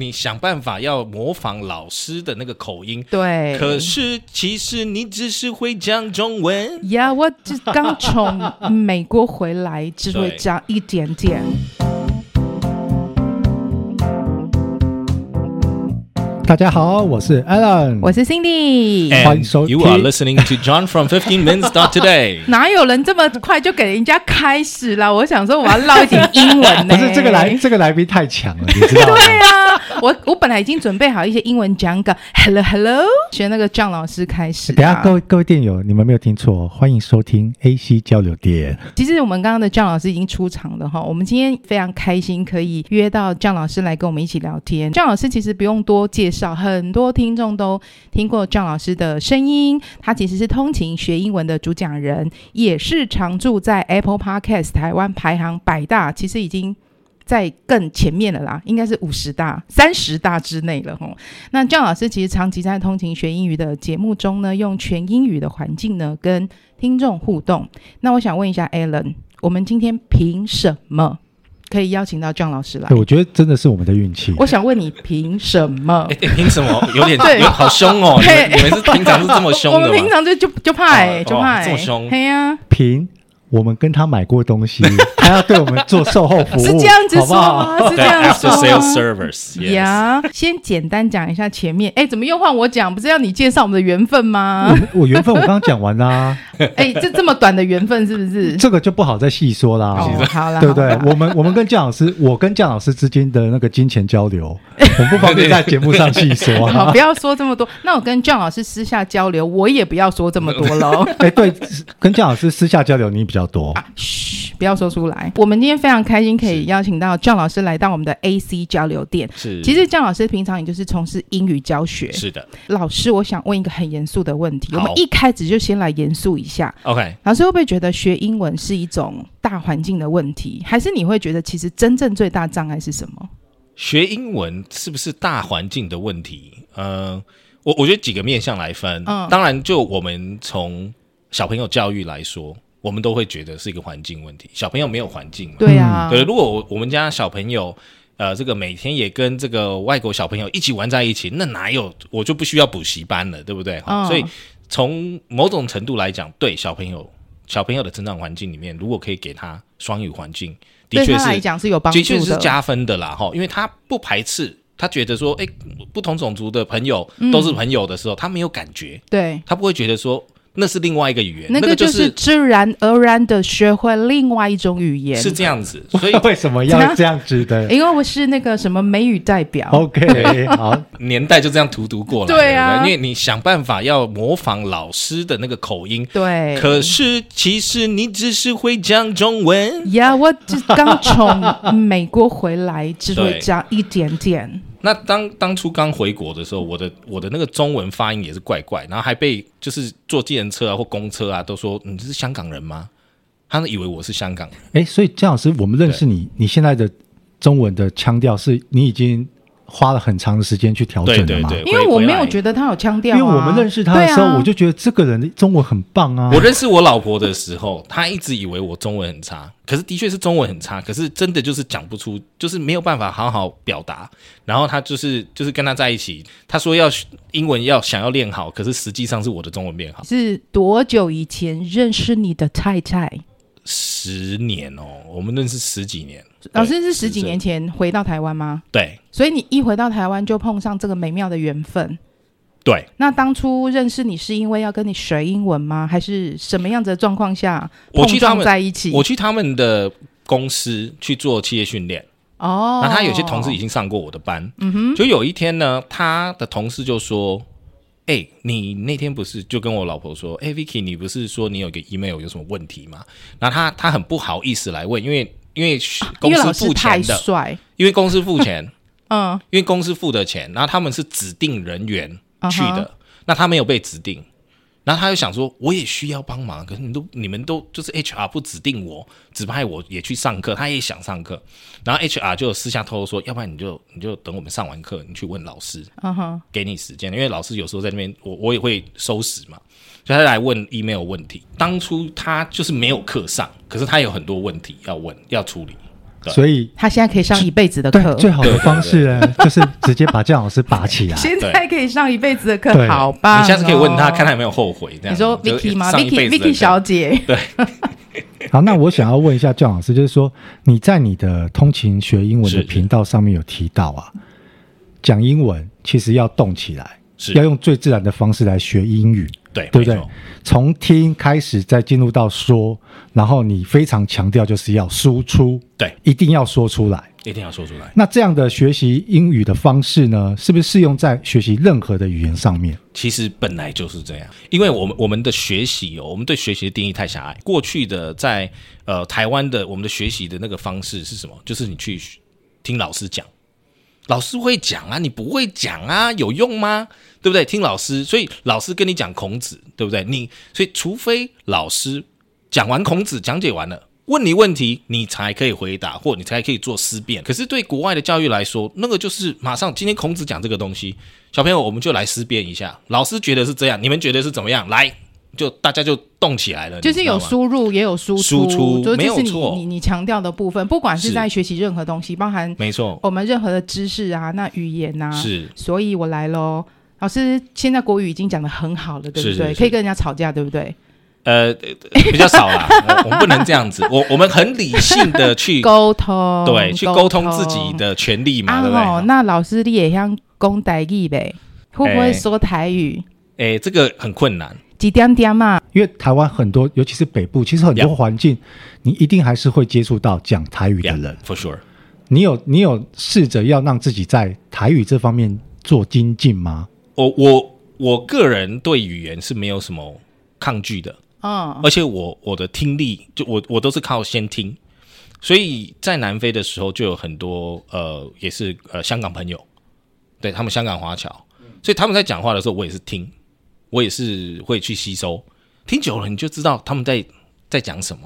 你想办法要模仿老师的那个口音，对，可是其实你只是会讲中文。呀，我就刚从美国回来，只会讲一点点。嗯大家好，我是 Alan，我是 Cindy，、。欢迎收 And 听 you are listening to John from Fifteen Minutes Dot Today 哪有人这么快就给人家开始啦？我想说我要唠一点英文呢、 不是这个来这个来宾太强了，你知道吗？ 对啊，我我本来已经准备好一些英文讲稿，Hello Hello，学那个张老师开始、啊。等一下各位各位电友，你们没有听错，欢迎收听 AC 交流店。其实我们刚刚的张老师已经出场了哈，我们今天非常开心可以约到张老师来跟我们一起聊天。张老师其实不用多介绍，很多听众都听过张老师的声音。他其实是通勤学英文的主讲人，也是常驻在 Apple Podcast 台湾排行百大，其实已经。在更前面了啦，应该是五十大、三十大之内了吼。那张老师其实长期在通勤学英语的节目中呢，用全英语的环境呢跟听众互动。那我想问一下 Alan，我们今天凭什么可以邀请到 John 老师来哎对，？我觉得真的是我们的运气。哎我想问你凭什么哎、？哎凭什么？有点对有好凶 哦！你嘿们你们是平常是这么凶我的们平吗？常就就就怕哎、哦就怕哎、哦这么凶嘿呀、凭我们跟他买过 东西，他要对我们做售后服是务，这样子好说不哦好？吗？是这对样，after 说 sales 吗？ service，yes。呀先简单讲一下前面，哎，怎么又换我讲？不是要你介绍我们的缘分吗？ 我我缘分我刚刚讲完啦， 哎，这这么短的缘分是不是？这个就不好再细说啦。哦，好啦，啊对不对好啦？我们我们跟姜老师，我跟姜老师之间的那个金钱交流，我们不方便在节目上细说啊。 好，不要说这么多。那我跟 John 老师私下交流，我也不要说这么 多喽。哎，对，跟姜老师私下交流你比较多，嘘，不要说出来。我们今天非常开心，可以邀请到 John 老师来到我们的 AC 交流店。是，其实 John 老师平常也就是从事英语教学。是的。老师，我想问一个很严肃的问题，我好们一开始就先来严肃一下。 OK，老师会不会觉得学英文是一种大环境的问题，还是你会觉得其实真正最大障碍是什么？学英文是不是大环境的问题？呃，我我觉得几个面向来分。嗯当然，就我们从小朋友教育来说，我们都会觉得是一个环境问题。小朋友没有环境嘛？对啊，对，如果我我们家小朋友。呃，这个每天也跟这个外国小朋友一起玩在一起，那哪有我就不需要补习班了，对不对？嗯所以从某种程度来讲，对小朋友小朋友的成长环境里面，如果可以给他双语环境，的对确他来是讲是有帮助的的。确是加分的啦，哈，因为他不排斥，他觉得说，哎、不同种族的朋友嗯都是朋友的时候，他没有感觉，对，他不会觉得说那是另外一个语言，那那个就就是自然而然的学会另外一种语言。是这样子，所以 为什么要这样子的因为我是那个什么美语代表。 ？OK，好，年代就这样荼毒过 来，对啊不因为你想办法要模仿老师的那个口音，对，可是其实你只是会讲中文，呀我只刚从美国回来，只会对讲一点点。那当当初刚回国的时候，我的我的那个中文发音也是怪怪，然后还被就是坐计程车啊或公车啊都说你是香港人吗？他们以为我是香港人，哎，所以姜老师，我们认识你，你现在的中文的腔调是你已经花了很长哦的时间去调整对了对吗？对，因为回我回没来有觉得他有腔调、因啊，为我们认识他的时候，对啊我就觉得这个人的中文很棒啊。我认识我老婆的时候，她一直以为我中文很差，可是的确是中文很差，可是真的就是讲不出，就是没有办法好好表达。然后她就是就是跟她在一起，她说要英文要想要练好，可是实际上是我的中文变好是多久以前认识你的太太？十年哦，我们认识十几年，老师是十几是年前回到台湾吗？对所以你一回到台湾就碰上这个美妙的缘分。对，那当初认识你是因为要跟你学英文吗？还是什么样子的状况下我碰去他撞们在一起？我去他们的公司去做企业训练。哦，那他有些同事已经上过我的班，嗯哼，就有一天呢，他的同事就说：“哎、你那天不是就跟我老婆说，哎、v i c k y 你不是说你有个 email 有什么问题吗？”然后他他很不好意思来问，因为因为啊因公为司老师付太钱的，帅，因为公司付钱，嗯，因为公司付的钱，然后他们是指定人员啊哈去的，那他没有被指定。然后他就想说，我也需要帮忙，可是你都你们都就是 HR 不指定我，指派我也去上课，他也想上课，然后 HR 就私下偷偷说，要不然你就你就等我们上完课，你去问老师，嗯哼，给你时间，因为老师有时候在那边，我我也会收拾嘛，所以他来问 email 问题。当初他就是没有课上，可是他有很多问题要问要处理，对所以他现在可以上一辈子的对课，最好的方式呢，就是直接把姜老师拔 起来。现在可以上一辈子的课，对好棒哦！你下次可以问他，看他有没有后悔。这样你说就 Vicky 吗上一？Vicky 辈子的 Vicky 小姐，好，那我想要问一下姜老师，就是说你在你的通勤学英文的是频道上面有提到啊，讲英文其实要动起来，是要用最自然的方式来学英语。对对没不对错？从听开始，再进入到说，然后你非常强调就是要输出，对，一定要说出来。一定要说出来。那这样的学习英语的方式呢，是不是适用在学习任何的语言上面？其实本来就是这样，因为我们我们的学习哦，我们对学习的定义太狭隘。过去的在呃台湾的我们的学习的那个方式是什么？就是你去听老师讲，老师会讲啊，你不会讲啊，有用吗？对不对？听老师，所以老师跟你讲孔子，对不对？你所以除非老师讲完孔子，讲解完了。问你问题，你才可以回答，或你才可以做思辨。可是对国外的教育来说，那个就是马上今天孔子讲这个东西，小朋友我们就来思辨一下。老师觉得是这样，你们觉得是怎么样？来，就大家就动起来了，就是有书输入也有输出，输出就没这有是你错你你强调的部分，不管是是在学习任何东西，包含没错，我们任何的知识啊，那语言呐、啊，是所以我来喽。老师，现在国语已经讲的很好了，对不对？是是是可以跟人家吵架，对不对？呃呃比较少 啦，呃我们不能这样子，我我们很理性的去沟通，对去沟通自己的权利嘛，啊对不哦，对？那老师你也像讲台语呗？会不会哎说台语？哎，这个很困难，几点点嘛？因为台湾很多，尤其是北部，其实很多 Yeah 环境，你一定还是会接触到讲台语的 Yeah, 人。 for sure。你有你有试着要让自己在台语这方面做精进吗？我我我个人对语言是没有什么抗拒的，嗯，而且我我的听力就我我都是靠先听，所以在南非的时候就有很多呃也是呃香港朋友，对他们香港华侨，所以他们在讲话的时候我也是听，我也是会去吸收，听久了你就知道他们在在讲什么，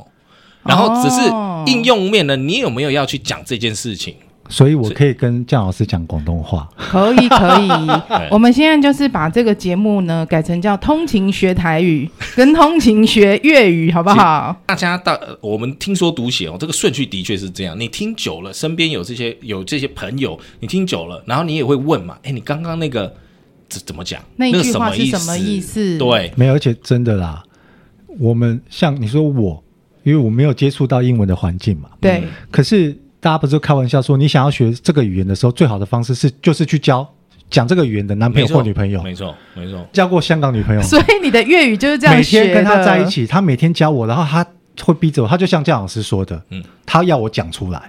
然后只是哦应用面呢，你有没有要去讲这件事情？所以我是可以跟姜老师讲广东话。可以可以，哎哎我们现在就是把这个节目呢改成叫通勤学台语 跟通勤学粤语，好不好？大家到呃我们听说读写哦，这个顺序的确是这样。你听久了，身边有这些有这些朋友，你听久了，然后你也会问嘛，哎，你刚刚那个怎怎么讲？那一个句话是什什么意思对，没有，而且真的啦，我们像你说我，因为我没有接触到英文的环境嘛，对，可是大家不是开玩笑说，你想要学这个语言的时候，最好的方式是就是去交讲这个语言的男朋没友错，或女朋友，没错，没错，交过香港女朋 友，所以你的粤语就是这样嗯每学的。天跟他在一起，他每天教我，然后他会逼着我，他就像姜老师说的，嗯他要我讲出来，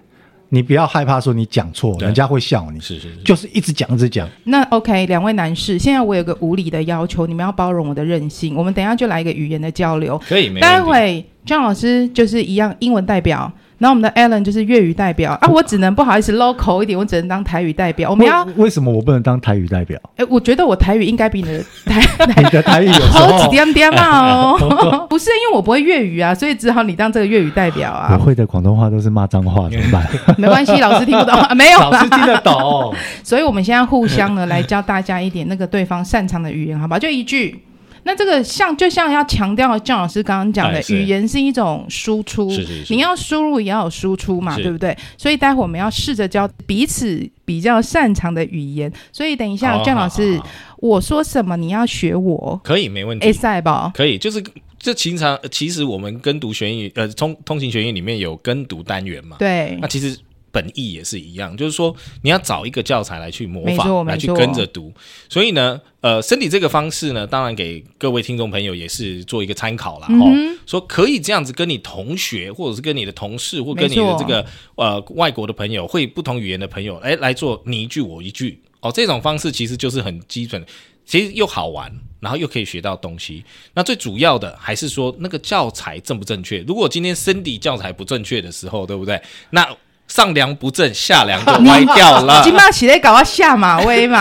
你不要害怕说你讲错，对人家会笑你，是是是，就是一直讲一直讲，那 OK，两位男士，现在我有个无理的要求，你们要包容我的任性。我们等一下就来一个语言的交流。可以，没待问题。会张老师就是一样英文代表，然后我们的 Alan 就是粤语代表啊，我只能不好意思 local 一点，我只能当台语代表。我我们要，为什么我不能当台 语代表？哎，我觉得我台语应该比你的台你的台语有时好几候。点点嘛 哦，不是因为我不会粤语啊，所以只好你当这个粤语代表我 啊，会的广东话都是骂脏话，怎么办？没关系，老师听不懂， 啊、没有 老啦师。听得懂。所以我们现在互相呢来教大家一点那个对方擅长的语言，好不好？就一句。那这个像就像要强调姜老师刚刚讲的哎，是语言是一种输出，是是是你要输入也要有输出嘛，是对不对？所以待会我们要试着教彼此比较擅长的语言。所以等一下好姜老师啊好好，嗯好我说什么你要学我，可以，没问哎题，塞吧，可以，就是。这平常呃其实我们跟读学英语，呃，通通行学英语里面有跟读单元嘛，对那，其实本意也是一样，就是说你要找一个教材来去模没错仿，没来去错跟着读。所以呢，呃，身体这个方式呢，当然给各位听众朋友也是做一个参考嗯啦。哦，说可以这样子跟你同学，或者是跟你的同事，或跟你没的错这个呃外国的朋友，会不同语言的朋友，哎，来做你一句我一句。哦，这种方式其实就是很基本，其实又好玩，然后又可以学到东西。那最主要的还是说那个教材正不正确。如果今天身体教材不正确的时候，对不对？那上梁不正下梁就歪掉了。金马起来搞到下马 威嘛。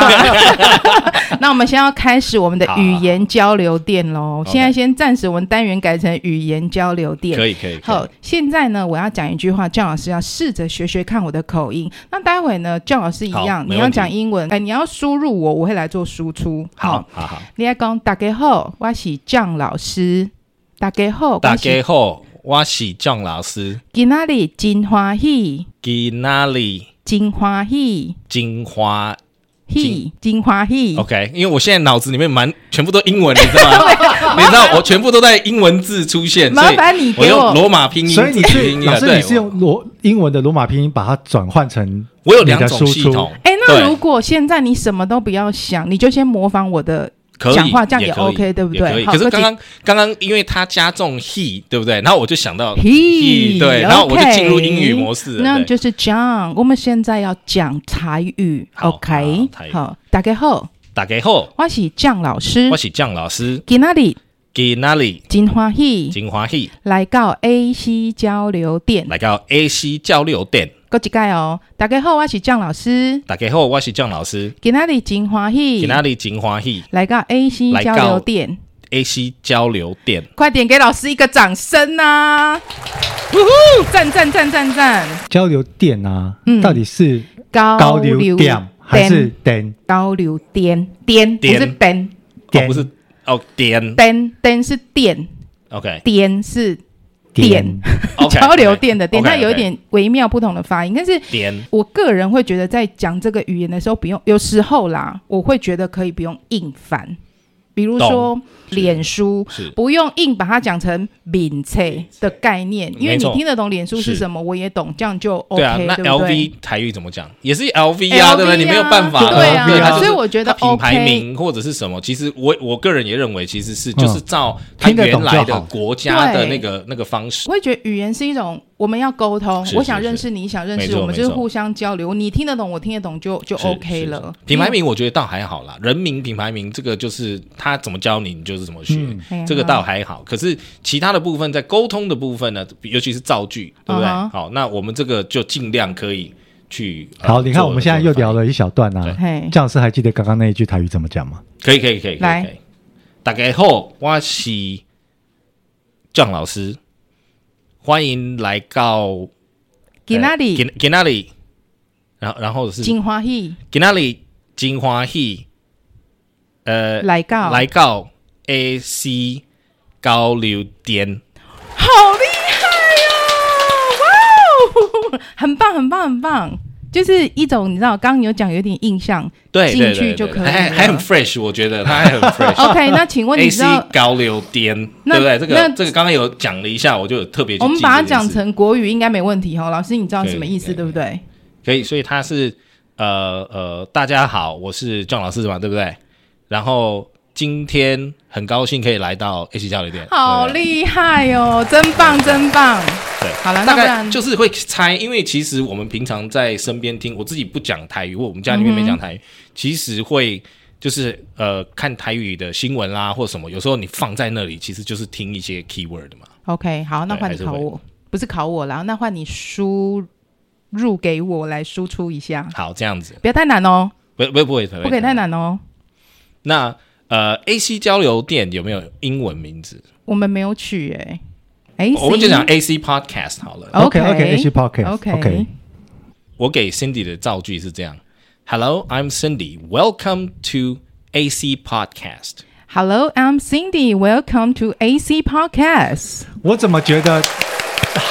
那我们先要开始我们的语言交流店喽。好现在先暂时我们单元改成语言交流可店。以可以，可好，现在呢，我要讲一句话，郑老师要试着学学看我的口音。那待会呢，郑老师一样好，你没问题要讲英文，哎，你要输入我，我会来做输出。以，好，好好。你要讲大家好，我是郑老师。大家好，大我是家好，我是酱老师，今仔日真欢喜，今哪里真欢喜，金花喜真欢喜。 ？OK，因为我现在脑子里面满全部都英文，你知道吗？你知道我全部都在英文字出现，麻所以烦你我给用我罗马拼音， 所以你拼是音老啊，师，对，你是用罗英文的罗马拼音把它转换成我有两你的种输系出统，哎，那对如果现在你什么都不要想，你就先模仿我的可以讲话这样也也可以 OK，对不也对可以。好可是那刚刚刚刚因为他加重 he，对不对？然后我就想到 He， he，对，然后我就进入 OK 英语模式了。那对就是 John，我们现在要讲台语好好，OK？台语好，大家好，打给后，我是蒋老师我，是酱老师，今仔日给哪里真欢喜，金华 he 来到 AC 交流店，来到 A C 交流店，过一届哦。大家好，我是蒋老师，打给后我是酱老师，今仔日真欢喜给，哪里金华 he 来到 AC 来交到流店， A C 交流店。快点给老师一个掌声呐！呜呼，赞赞赞赞赞！交流电啊嗯，到底是高高流电还是电高流点点不点是边哦，点不是哦，点边边是点 OK 点是点点？ OK，交流电的电， OK，它有一点微妙不同的发音，但是。点我个人会觉得，在讲这个语言的时候，不用有时候啦，我会觉得可以不用硬翻，比如说懂是脸书，是不用硬把它讲成饼菜的概念，因为没你错听得懂脸书是是什么，我也懂，这样就对啊， OK，那不对？ LV 台语怎么讲？也是 LV 啊， LV 对不对？你没有办法，对对它啊，就所是以我觉得它品牌 OK，名或者是什么，其实我我个人也认为，其实是就是照它嗯听得原懂就来的好国家的对那个那个方式。我会觉得语言是一种我们要沟通，是我想是认识你，想认没识错我们，没就是错互相交流，你听得懂，我听得懂就就是 OK 是了。品牌名我觉得倒还好啦，嗯人名、品牌名这个就是他怎么教你，你就是怎么学，嗯哎呀这个倒还好。可是其他的部分，在沟通的部分呢，尤其是造句，对不对？嗯哼好，那我们这个就尽量可以去。呃好，你看我们现在又聊，做了一小段啊对。嘿，这样是还记得刚刚那一句台语怎么讲吗？可以可以可以，可以来可以大家好，我是郑老师，欢迎来到今仔日今今那里，然后然后是真欢喜今那里金欢喜，呃，来到，来到 A C 交流店，好厉害哦！ 哇哦，很棒，很棒，很棒。就是一种你知道，刚刚有讲有点印象。对进对去对就对，可以对还了还很 fresh，我觉得他 还很 fresh。 OK，那请问 A 你知 C 道交流店，那对不对？这那个这个刚刚有讲了一下，我就有特别去我们记把它这件讲事成国语应该没问题哦。老师，你知道什么意思对对不对？可以，所以他是呃呃，大家好，我是郑老师嘛，对不对？然后今天很高兴可以来到 A C 交流店，好对不对厉害哦，真棒，真棒。对好了，那大不概然就是会猜，因为其实我们平常在身边听，我自己不讲台语，或我们家里面没讲嗯台语，其实会就是呃看台语的新闻啦，或什么，有时候你放在那里，其实就是听一些 keyword 嘛。 OK，好，那对换还你是考会我，不是考我啦，那换你输入给我来输出一下，好，这样子，不要太难哦，不不不会不不可以太。难哦。那呃，A C 交流店有没有英文名字？我们没有取哎、哎，哦我们就讲 A C podcast 好了。 OK OK H Pocket OK OK 我给 Cindy 的造句是这样：Hello, I'm Cindy. Welcome to AC Podcast. Hello, I'm Cindy. Welcome to AC Podcast. 我怎么觉得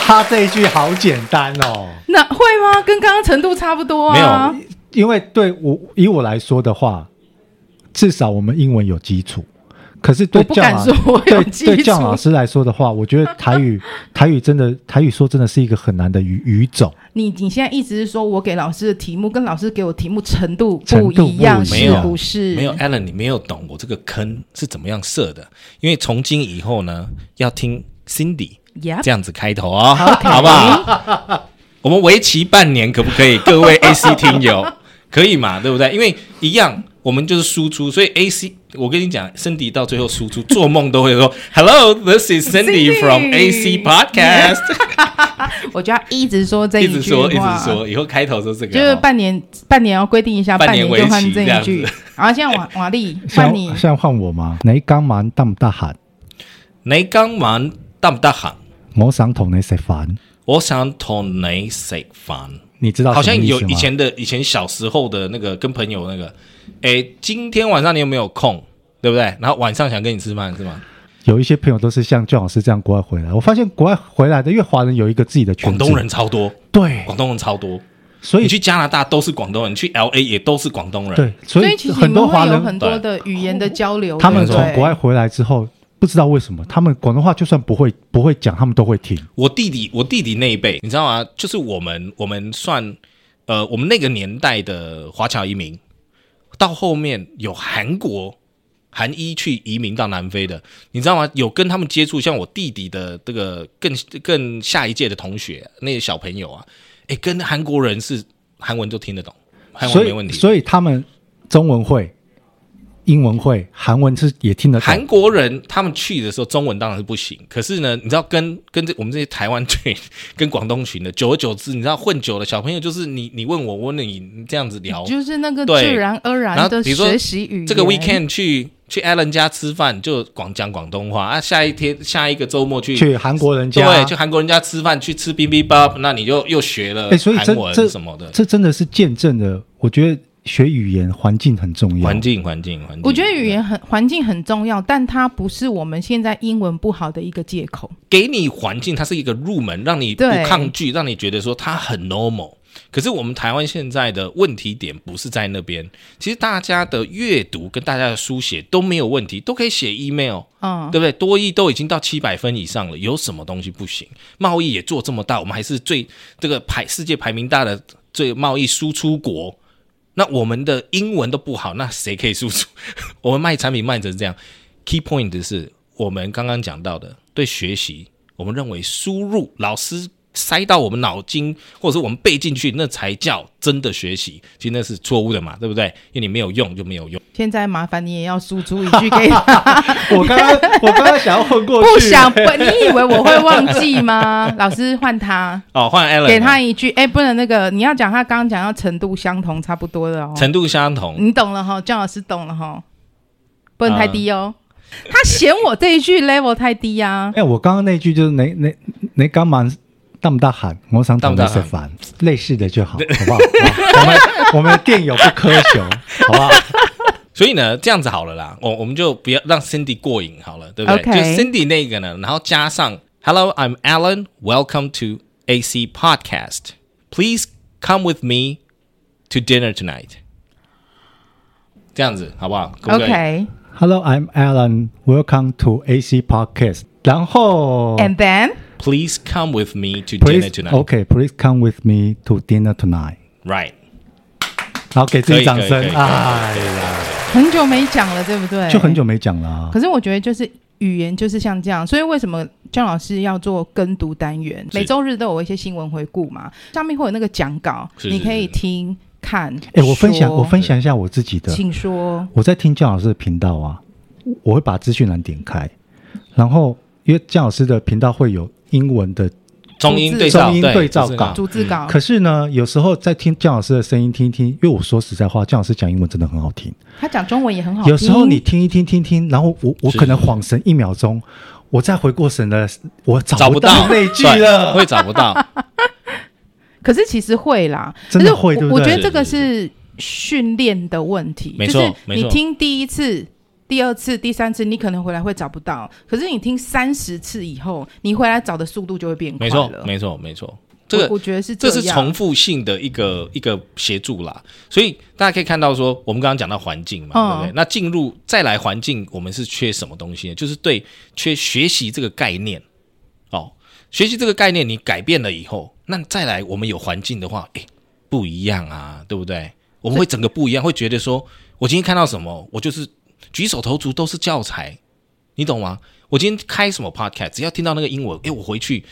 他这一句好简单哦？那会吗？跟刚刚程度差不多啊。没因为对我以我来说的话，至少我们英文有基础。可是对我不教敢老说我有对基对啊教础老师来说的话，我觉得台语台语真的台语说真的是一个很难的语语种。你你现在一直是说我给老师的题目跟老师给我题目程度程不度一样，不一是样不是？没有 Alan，你没有懂我这个坑是怎么样设的，因为从今以后呢，要听 Cindy Yep 这样子开头啊哦，好不好？我们为期半年可不可以？各位 AC 听友，可以嘛？对不对？因为一样，我们就是输出，所以 AC，我跟你讲，Cindy 到最后输出，做梦都会 说 “Hello，this is Cindy Cindy from AC Podcast”。 我就要一直说这一句直话，啊说，一直说，以后开头都这个。就是哦半年半年要规定一下，半半年年就换为期这一句这样。 然后现在瓦瓦力换 像你，像换我吗？你刚蛮大不大喊，你今晚得唔得闲？我想同你食饭。我想同你食饭。你知道好什像么意思有吗以前的以前小时候的那个跟朋友那个，哎，今天晚上你有没有空？对不对？然后晚上想跟你吃饭是吗？有一些朋友都是像姜老师这样国外回来，我发现国外回来的，因为华人有一个自己的圈广子，东人超多，对，广东人超多。所以你去加拿大都是广东人，你去 L A 也都是广东人。对，所所以以其实很你多们会华有人很多的语言的交流，他们对从不对国外回来之后，不知道为什么，他们广东话就算不会不会讲，他们都会听。我弟弟，我弟弟那一辈，你知道吗？就是我们我们算呃，我们那个年代的华侨移民，到后面有韩国韩裔去移民到南非的，你知道吗？有跟他们接触，像我弟弟的这个更更下一届的同学，那些小朋友啊，诶，跟韩国人是韩文都听得懂，韩所文没问以题。所以他们中文会、英文会、韩文是也听得韩懂。国人他们去的时候，中文当然是不行。可是呢，你知道跟跟这我们这些台湾群、跟广东群的，久而久之，你知道混久了，小朋友就是你你问我，我问你，你这样子聊。就是那个对自然而然然后的比如说学习语言。这个 weekend 去去 Allen 家吃饭，就广讲广东话啊。下一天下一个周末去去韩国人家，对，去韩国人家吃饭，去吃冰冰 b 那你就又学了哎所以这韩文这什么的。这真的是见证了。我觉得学语言环境很重要。环境，环境，环境。我觉得语言很环境很重要，但它不是我们现在英文不好的一个借口。给你环境，它是一个入门，让你不对抗拒，让你觉得说它很 normal。可是我们台湾现在的问题点不是在那边，其实大家的阅读跟大家的书写都没有问题，都可以写 email，、嗯，对不对？多译都已经到七百分以上了，有什么东西不行？贸易也做这么大，我们还是最这个排世界排名大的最贸易输出国。那我们的英文都不好，那谁可以输出？ 我们卖产品卖成这样，key point 是我们刚刚讲到的，对学习，我们认为输入老师塞到我们脑筋，或者是我们背进去，那才叫真的学习。其实那是错误的嘛，对不对？因为你没有用就没有用。现在麻烦你也要输出一句 给他，我刚刚我刚刚想要混过去，不想不，你以为我会忘 记吗？老师换他，哦，换 Alan，给他一句，哎、不能那个，你要讲他刚刚讲要程度相同差不多的哦，程度相同， 你懂了哈，姜老师懂了哈，不能太低哦。嗯他嫌我这一句 level 太低 啊，哎，我刚刚那句就是你你你干嘛那么大喊？我想懂的是烦，类似的就好，好 不好？好我们我们的电友不苛求，好不好？所以呢，这样子好了啦，我我们就不要让 Cindy 过瘾好了，对不对 OK 就 Cindy 那个呢，然后加上 Hello, I'm Alan. Welcome to AC Podcast. Please come with me to dinner tonight. 这样子好不好可不可以 OK，and、 Hello, I'm Alan. Welcome to AC Podcast. 然哦后 And then Please come with me to dinner please oh， tonight. OK, please come with me to dinner tonight. Right. 然后给自己掌可以可以声可以哎呀，很久没讲了，对不对？就很久没讲了啊。可是我觉得就是语言就是像这样，所以为什么姜老师要做跟读单元？是每周日都有一些新闻回顾嘛，上面会有那个讲稿，是你是可以是听看。哎，我分享说我分享一下我自己的，请说。我在听姜老师的频道啊，我会把资讯栏点开，然后因为姜老师的频道会有英文的，中英对照，中英对照就是稿逐字稿，可是呢，有时候在听姜老师的声音听一听，因为我说实在话，姜老师讲英文真的很好听。他讲中文也很好听。有时候你听一听听听，然后我我是可能恍神一秒钟，我再回过神的， 我找找不到到那句对了。会找不到。 可是其实会啦，真的可是会对不我我对觉得这个是训练的问题，没就错是没你错听第一次。第二次、第三次，你可能回来会找不到，可是你听三十次以后，你回来找的速度就会变快没错了，。没错，没错。这个我我觉得是这样是重复性的一个一个协助啦，所以大家可以看到说，我们刚刚讲到环境嘛，嗯对不对？那进入再来环境，我们是缺什么东西呢？就是对缺学习这个概念哦，学习这个概念你改变了以后，那再来我们有环境的话，诶，不一样啊，对不对？我们会整个不一样，会觉得说我今天看到什么，我就是举手投足都是教材，你懂吗？我今天开什么 podcast，只要听到那个英文，诶，我回去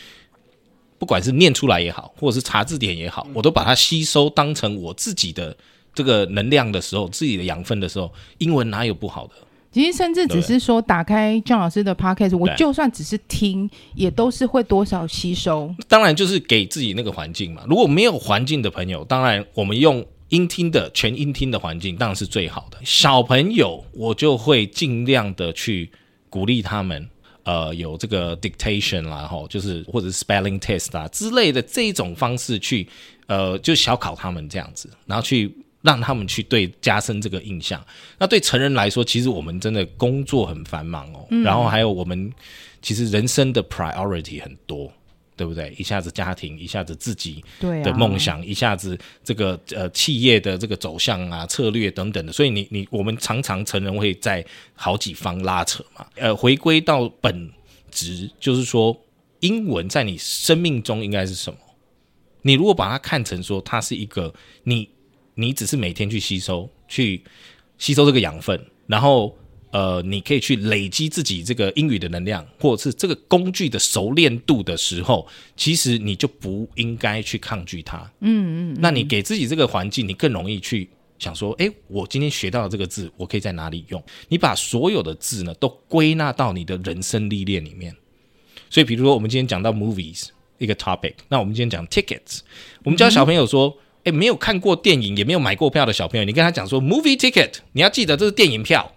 不管是念出来也好，或者是查字典也好，我都把它吸收当成我自己的这个能量的时候，自己的养分的时候，英文哪有不好的？其实甚至只是说打开姜老师的 podcast，我对就算只是听，也都是会多少吸收。当然就是给自己那个环境嘛。如果没有环境的朋友，当然我们用音听的全音听的环境当然是最好的。小朋友，我就会尽量的去鼓励他们。呃，有这个 dictation 啦，吼，就是或者是 spelling test 啊之类的这一种方式去，呃，就小考他们这样子，然后去让他们去对加深这个印象。那对成人来说，其实我们真的工作很繁忙哦，然后还有我们其实人生的 priority 很多，对不对？一下子家庭，一下子自己对啊的梦想，一下子这个呃企业的这个走向啊、策略等等的，所以你你我们常常成人会在好几方拉扯嘛。呃，回归到本质，就是说英文在你生命中应该是什么？你如果把它看成说它是一个你你只是每天去吸收，去吸收这个养分，然后呃，你可以去累积自己这个英语的能量，或者是这个工具的熟练度的时候，其实你就不应该去抗拒它。嗯嗯那你给自己这个环境，你更容易去想说，诶，我今天学到的这个字，我可以在哪里用？你把所有的字呢，都归纳到你的人生历练里面。所以，比如说我们今天讲到 movies 一个 topic，那我们今天讲 tickets，我们教小朋友说，哎、没有看过电影也没有买过票的小朋友，你跟他讲说 movie ticket，你要记得这是电影票。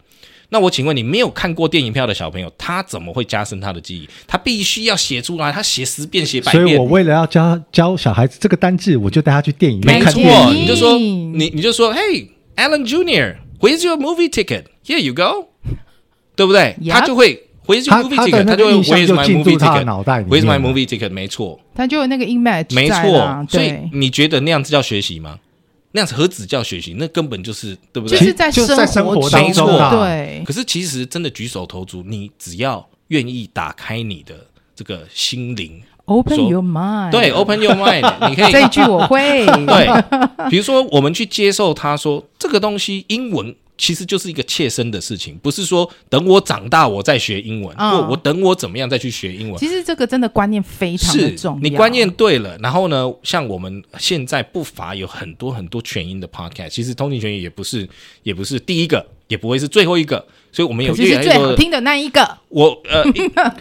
那我请问你，没有看过电影票的小朋友，他怎么会加深他的记忆？他必须要写出来，他写十遍、写百所遍。以我为了要教教小孩子这个单字，我就带他去电影院没看错电影。，你就说你你就说，Hey Alan Junior, where's your movie ticket? Here you go，对不对 Yep 他就会 Where's your 他 movie 他的 ticket？那个他就会印象 Where's 就 my 进入 movie 他的脑袋里 ticket？Where's 面 my 了 movie ticket？没错，它就有那个 image，没在啦错。所以对，你觉得那样子叫学习吗？那样子何止叫学习？那根本就是对不就对？是在就是在生活当中啊对，可是其实真的举手投足，你只要愿意打开你的这个心灵， ，open 说 your mind，对，open your mind，你可以哎这一句我 会，对，比如说我们去接受他说这个东西英文。其实就是一个切身的事情，不是说等我长大我再学英文，嗯或我等我怎么样再去学英文。其实这个真的观念非常的是重要，你观念对了，然后呢，像我们现在不乏有很多很多全英的 podcast，其实通勤全英也不是也不是第一个，也不会是最后一个，所以我们有可是越是来最越多好的。听的那一个，我 呃，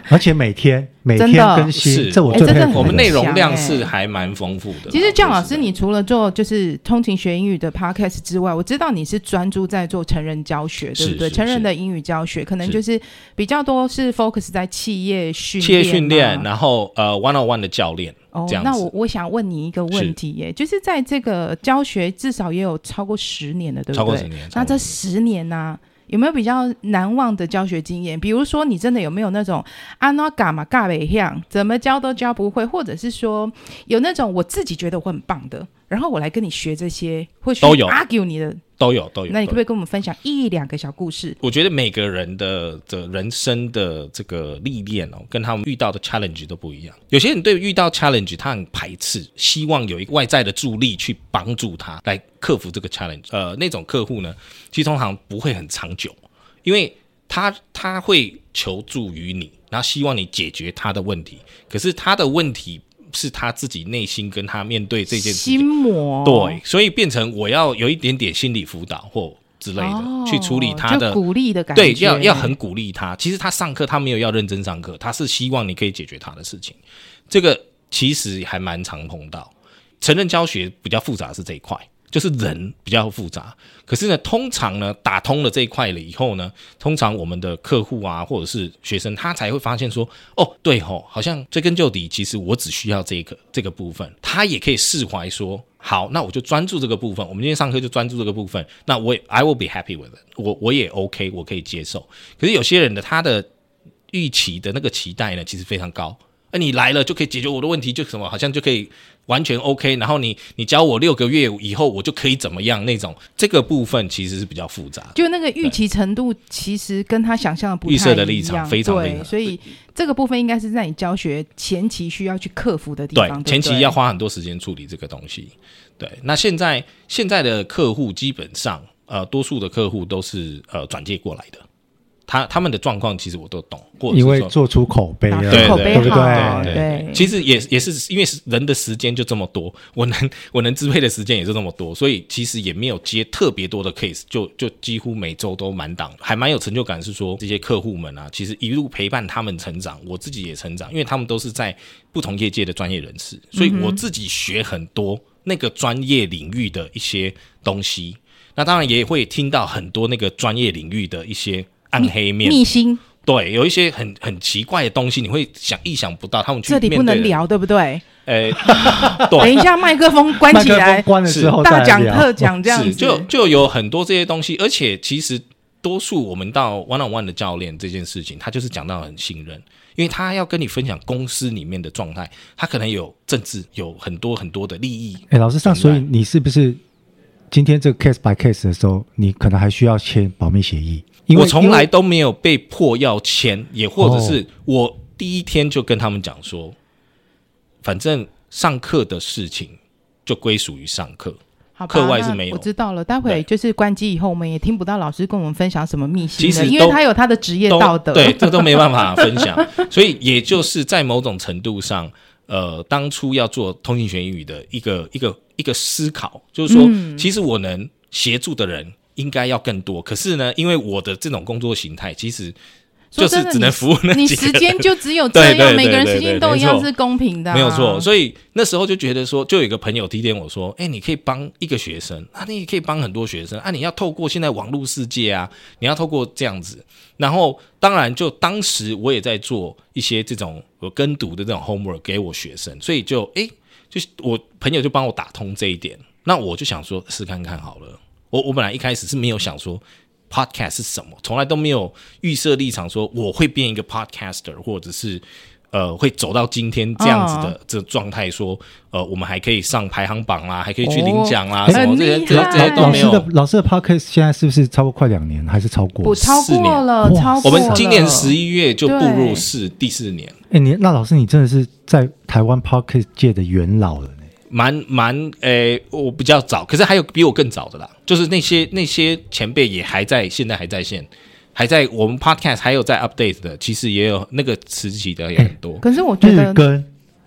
而且每天每真的天更新，是这我哎最真的佩很服我们的内容量很是强欸还蛮丰富的啦。其实郑郑老师，你除了做就是通勤学英语的 podcast 之外，我知道你是专注在做成人教学，对是不对？是成人是的英语教学，可能是就是比较多是 focus 在企业训企业训练练，啊。然后呃，one on one 的教练，哦这，样那子我我想问你一个问是题耶，就是在这个教学至少也有超过十年了，对不对？超过十年。那超过这10十年呢、有没有比较难忘的教学经验？比如说，你真的有没有那种安那嘎嘛嘎北样，怎么教都教不会，或者是说有那种我自己觉得我很棒的，然后我来跟你学这些，或去都有 argue 你的，都有都有。那你都有可不可以跟我们分享一两个小故事？我觉得每个人的的人生的这个历练哦，跟他们遇到的 challenge 都不一样。有些人对遇到 challenge 他很排斥，希望有一个外在的助力去帮助他来克服这个 challenge。呃，那种客户呢，其实通常不会很长久，因为他他会求助于你，然后希望你解决他的问题，可是他的问题是他自己内心跟他面对这件事情心魔对，所以变成我要有一点点心理辅导或之类的、哦去处理他就的。鼓励的感对觉，，要要很鼓励他。其实他上课他没有要认真上课，他是希望你可以解决他的事情。这个其实还蛮常碰到。成人教学比较复杂的是这一块，就是人比较复杂。可是呢，通常呢打通了这一块了以后呢，通常我们的客户啊或者是学生，他才会发现说，哦，对吼，好像追根究底，其实我只需要这个这个部分，他也可以释怀说。好，那我就专注这个部分。我们今天上课就专注这个部分。那我也 I will be happy with it，我我也 OK，我可以接受。可是有些人的他的预期的那个期待呢，其实非常高。那你来了就可以解决我的问题，就什么好像就可以完全 OK。然后你你教我六个月以后，我就可以怎么样那种，这个部分其实是比较复杂的。就那个预期程度，其实跟他想象的不太预设的一立场样非常非对，常所以这个部分应该是在你教学前期需要去克服的地对方。，对不前期对要花很多时间处理这个东西。对，那现在现在的客户基本上，呃，多数的客户都是呃转介过来的，他他们的状况其实我都懂，或者是因为说做出口碑打了，出对口对碑对不好，对？其实也也是因为人的时间就这么多，我能我能支配的时间也就这么多，所以其实也没有接特别多的 case，就就几乎每周都满档，还蛮有成就感。是说这些客户们啊，其实一路陪伴他们成长，我自己也成长，因为他们都是在不同业界的专业人士，所嗯以我自己学很多那个专业领域的一些东西。那当然也会听到很多那个专业领域的一些暗黑面，逆心对，有一些很很奇怪的东西，你会想意想不到，他们去这里不面对能的，聊，对不对？ 呃，等一对，下麦克风关麦起克风来，关了之后再大来讲聊特 讲这样是子，就就有很多这些东西，而且其实多数我们到 one on one 的教练这件事情，他就是讲到很信任，因为他要跟你分享公司里面的状态，他可能有政治，有很多很多的利益，哎，老师上，存在所以你是不是今天这个 case by case 的时候，你可能还需要签保密协议？因为我从因为来都没有被迫要签，也或者是我第一天就跟他们讲说，反正上课的事情就归属于上课。好吧课外那是没有我知道了，待会对就是关机以后，我们也听不到老师跟我们分享什么秘辛其的，实因为都他有他的职业道德。都对，这都没办法分享。所以也就是在某种程度上，呃，当初要做通信学英语的一个一个一个思考，就是说，嗯其实我能协助的人应该要更多，可是呢，因为我的这种工作形态，其实说就真是的只能你服务那 你几个时人间就只有这对对对样，每个人时对间对都一样没错是公平的啊，没有错，所以那时候就觉得说，就有一个朋友提点我说，哎、你可以帮一个学生，啊，你也可以帮很多学生，啊，你要透过现在网络世界啊，你要透过这样子，然后当然就当时我也在做一些这种我跟读的这种 homework 给我学生，所以就哎、就是我朋友就帮我打通这一点，那我就想说试看看好了，我我本来一开始是没有想说 podcast 是什么，从来都没有预设立场说我会变一个 podcaster，或者是呃会走到今天这样子的这状态，说呃我们还可以上排行榜啦，还可以去领奖啦，哦什么很这些 厉这些害这些对都老没师的有。老师的 podcast 现在是不是超过快两年，还是超过不？超四过年了，哇超过我们今年十一，一月就步对入四第四年，哎，你那老师你真的是在台湾 podcast 界的元老了呢。蛮蛮诶、我比较早，可是还有比我更早的啦，就是那些那些前辈也还在，现在还在线，还在我们 podcast 还有在 update 的，其实也有那个时期的也很多。可是我觉日得。更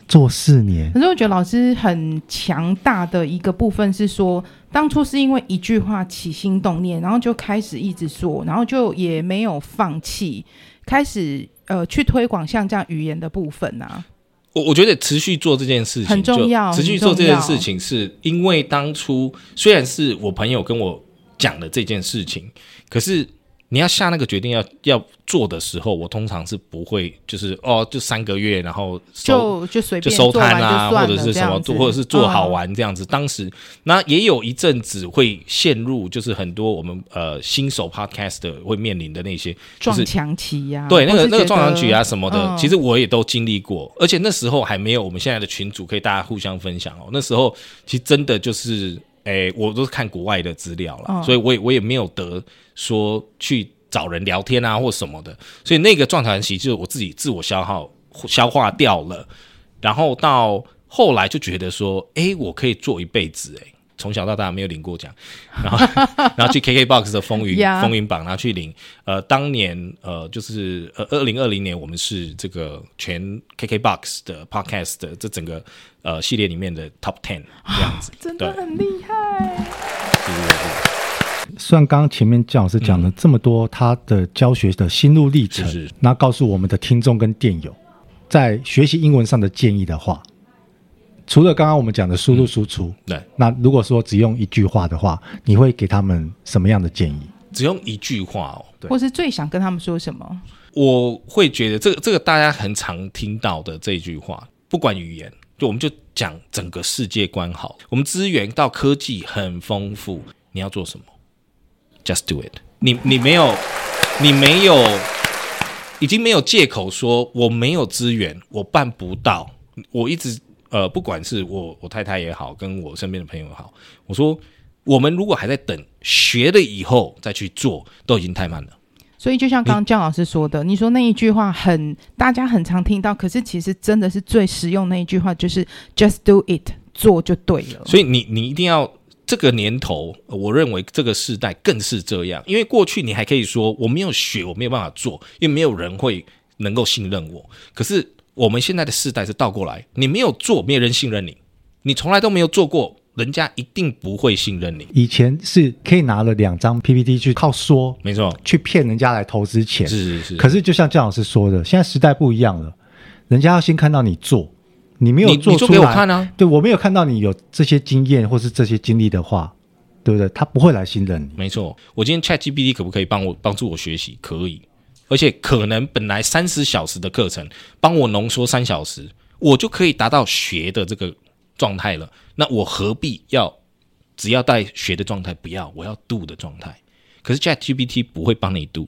做四年，可是我觉得老师很强大的一个部分是说，当初是因为一句话起心动念，然后就开始一直做，然后就也没有放弃，开始呃去推广像这样语言的部分啊。我我觉得持续做这件事情很重就要持续很做重这件要事情是因为当初虽然是我朋友跟我讲的这件事情，可是你要下那个决定要要做的时候，我通常是不会就是哦，就三个月，然后收就就随就便收做完摊啊，就算或了者是这什么样，子或者是做好。嗯玩这样子。当时那也有一阵子会陷入，就是很多我们呃新手 podcaster 会面临的那些，就撞是墙期呀、对那或个是那个觉撞墙得曲啊什么的，嗯其实我也都经历过，而且那时候还没有我们现在的群组可以大家互相分享哦。那时候其实真的就是，诶，我都是看国外的资料啦，嗯所以我也我也没有得说去找人聊天啊或什么的，所以那个撞墙期就是我自己自我消耗消化掉了，然后到后来就觉得说，诶，我可以做一辈子、诶，从小到大没有领过奖， 然后然后去 KKBOX 的风云 Yeah 风云榜，然后去领。呃，当年呃，就是呃，二零二零年我们是这个全 KKBOX 的 Podcast 的这整个呃系列里面的 Top Ten 这样子，真对的很厉害。虽然刚刚前面姜老师讲了这么多他的教学的心路历程是是，那告诉我们的听众跟电友，在学习英文上的建议的话，除了刚刚我们讲的输入输出，嗯对，那如果说只用一句话的话，你会给他们什么样的建议？只用一句话哦，或是最想跟他们说什么？我会觉得这个这个大家很常听到的这一句话，不管语言，就我们就讲整个世界观好，我们资源到科技很丰富，你要做什么？Just do it 你。你没有，你没有，已经没有借口说我没有资源，我办不到。我一直呃，不管是我我太太也好，跟我身边的朋友也好，我说我们如果还在等学了以后再去做，都已经太慢了。所以就像刚刚姜老师说的，你说那一句话很大家很常听到，可是其实真的是最实用那一句话就是 “just do it”，做就对了。所以你你一定要这个年头，呃我认为这个时代更是这样，因为过去你还可以说我没有学，我没有办法做，因为没有人会能够信任我。可是我们现在的世代是倒过来，你没有做，没有人信任你，你从来都没有做过，人家一定不会信任你。以前是可以拿了两张 PPT 去靠说没错，去骗人家来投资钱，是是是。可是就像姜老师说的，现在时代不一样了，人家要先看到你做，你没有你做你出做来，给我看啊对我没有看到你有这些经验或是这些经历的话，对不对？他不会来信任你。没错，我今天 Chat GPT 可不可以帮我帮助我学习？可以，而且可能本来三十小时的课程，帮我浓缩三小时，我就可以达到学的这个状态了。那我何必要只要带学的状态？不要，我要 do 的状态。可是 Chat GPT 不会帮你 do，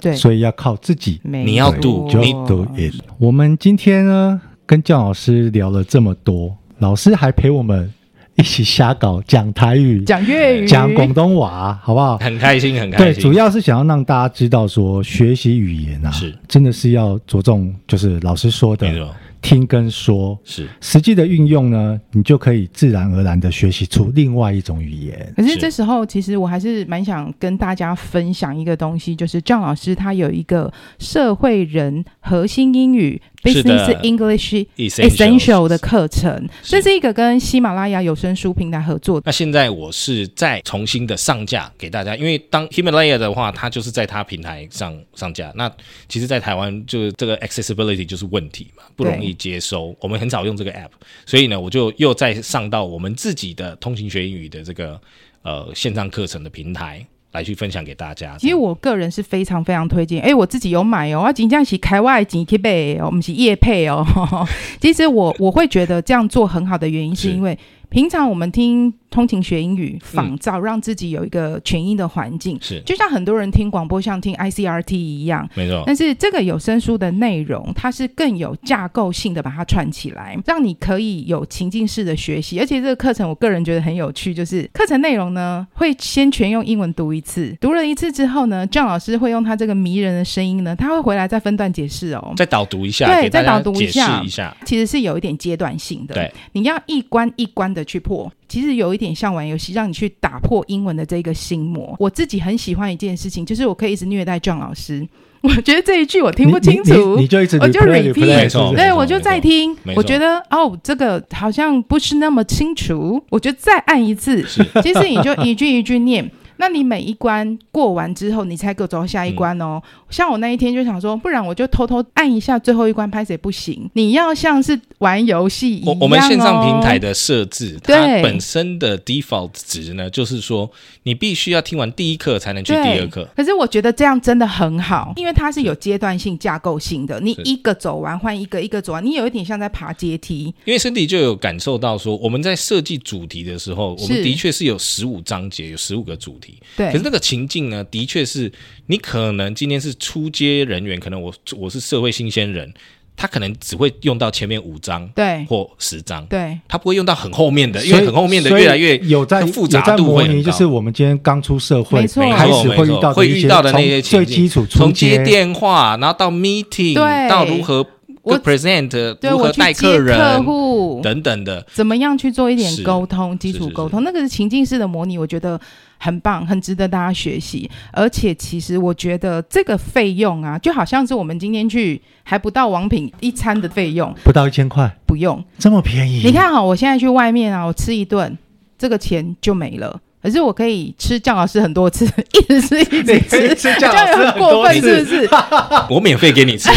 对，所以要靠自己。没你要错 do，就你 do it。我们今天呢，跟姜老师聊了这么多，老师还陪我们一起瞎搞，讲台语，讲粤语，讲广东话，好不好？很开心，很开对，心。主要是想要让大家知道说，学习语言啊，是真的是要着重，就是老师说没的错，听跟说，是实际的运用呢，你就可以自然而然的学习出另外一种语言。可是是这时候，其实我还是蛮想跟大家分享一个东西，就是赵老师他有一个社会人核心英语是的 （Business English essential Essential） 的。课程，是这是一个跟喜马拉雅有声书平台合作的。那现在我是再重新的上架给大家，因为当 Himalaya 的话，它就是在它平台上上架。那其实，在台湾就是这个 accessibility 就是问题嘛，不容易接收，我们很少用这个 app，所以呢，我就又再上到我们自己的通勤学英语的这个呃线上课程的平台来去分享给大家。其实我个人是非常非常推荐，哎，我自己有买哦，啊，仅这样是开外景 K 贝哦，我们是夜配哦。 其实我我会觉得这样做很好的原因，是是因为平常我们听通勤学英语仿照，让自己有一个全英的环境。是就像很多人听广播像听 ICRT 一样，没错，但是这个有声书的内容，它是更有架构性的把它串起来，让你可以有情境式的学习。而且这个课程我个人觉得很有趣，就是课程内容呢会先全用英文读一次，读了一次之后呢，郑老师会用他这个迷人的声音呢，他会回来再分段解释哦。再导读一下，对给大家再导读一解释下一下，其实是有一点阶段性的，对，你要一关一关的去破。其实有一点像玩游戏，让你去打破英文的这个心魔。我自己很喜欢一件事情，就是我可以一直虐待郑老师。我觉得这一句我听不清你你楚你，你就一直我就 replay repeat，没 replay，错是没不是对错我就在听没，错我觉得哦，这个好像不是那么清楚，我就再按 一次。是其实你就一句一句念。那你每一关过完之后，你才给我走到下一关嗯哦。像我那一天就想说，不然我就偷偷按一下最后一关，拍谁不行？你要像是玩游戏一样、我哦、我们线上平台的设置，它对本身的 default 值呢，就是说你必须要听完第一课才能去第二课。可是我觉得这样真的很好，因为它是有阶段性、架构性的。你是一个走完换一个，一个走完，你有一点像在爬阶梯。因为身体就有感受到说，我们在设计主题的时候，是我们的确是有十五章节，有十五个主题。对，可是那个情境呢，的确是你可能今天是初阶人员，可能我我是社会新鲜人，他可能只会用到前面五章对或十章，对他不会用到很后面的，因所以为很后面的所以越来越有在复杂有在度模会很拟，高就是我们今天刚出社会，没错没开错，始没会遇错，到会一遇到的那些情从最境基础初从接阶电话，然后到 meeting，对到如何我 present，对，如我何去带接客人户，等等的，怎么样去做一点是沟通、基础沟通，那个是情境式的模拟，我觉得很棒，很值得大家学习。而且其实我觉得这个费用啊，就好像是我们今天去还不到王品一餐的费用，不到一千块，不用。这么便宜，你 看哈，我现在去外面啊，我吃一顿，这个钱就没了。可是我可以吃酱老师很多次， 一直吃一直吃，吃这酱样老师很很过多分是次不是？我免费给你 吃。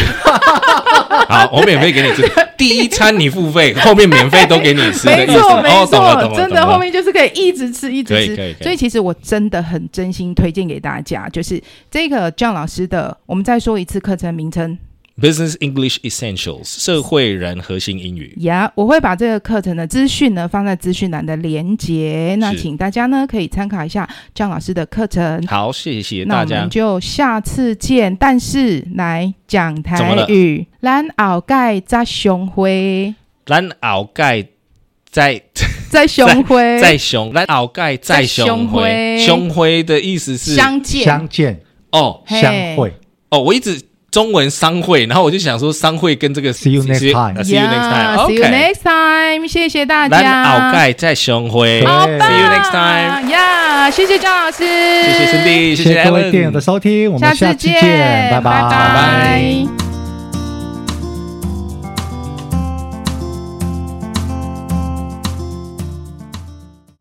好，我免费给你吃。第一餐你付费，后面免费都给你吃的没意思。错，没哦，懂了，懂错，了，真懂的了后面就是可以一直吃，一直可以吃可以可。以所以其实我真的很真心推荐给大家，就是这个 John 老师的，我们再说一次课程名称。 Business English Essentials 社会人核心英语。呀、我会把这个课程的资讯呢放在资讯栏的连接，那是请大家呢可以参考一下 John 老师的课程。好，谢谢嗯那大我们家。就下次见，但是来讲怎么台了语，咱鳌盖在雄辉，咱鳌盖在在雄辉，在雄，咱鳌盖在哎在雄雄辉。辉雄辉的意思是相见，相见哦嘿相会。哦，我一直中文商会，然后我就想说商会跟这个 See you next time See you next Yeah, time. see you OK. next time，谢谢大家。咱鳌盖在雄辉。好 See 好 See 棒 you next time. 呀谢谢张老师，谢谢谢 Cindy，谢谢谢各位 Alan 电友的收听，我下们下次次见，见，拜拜拜拜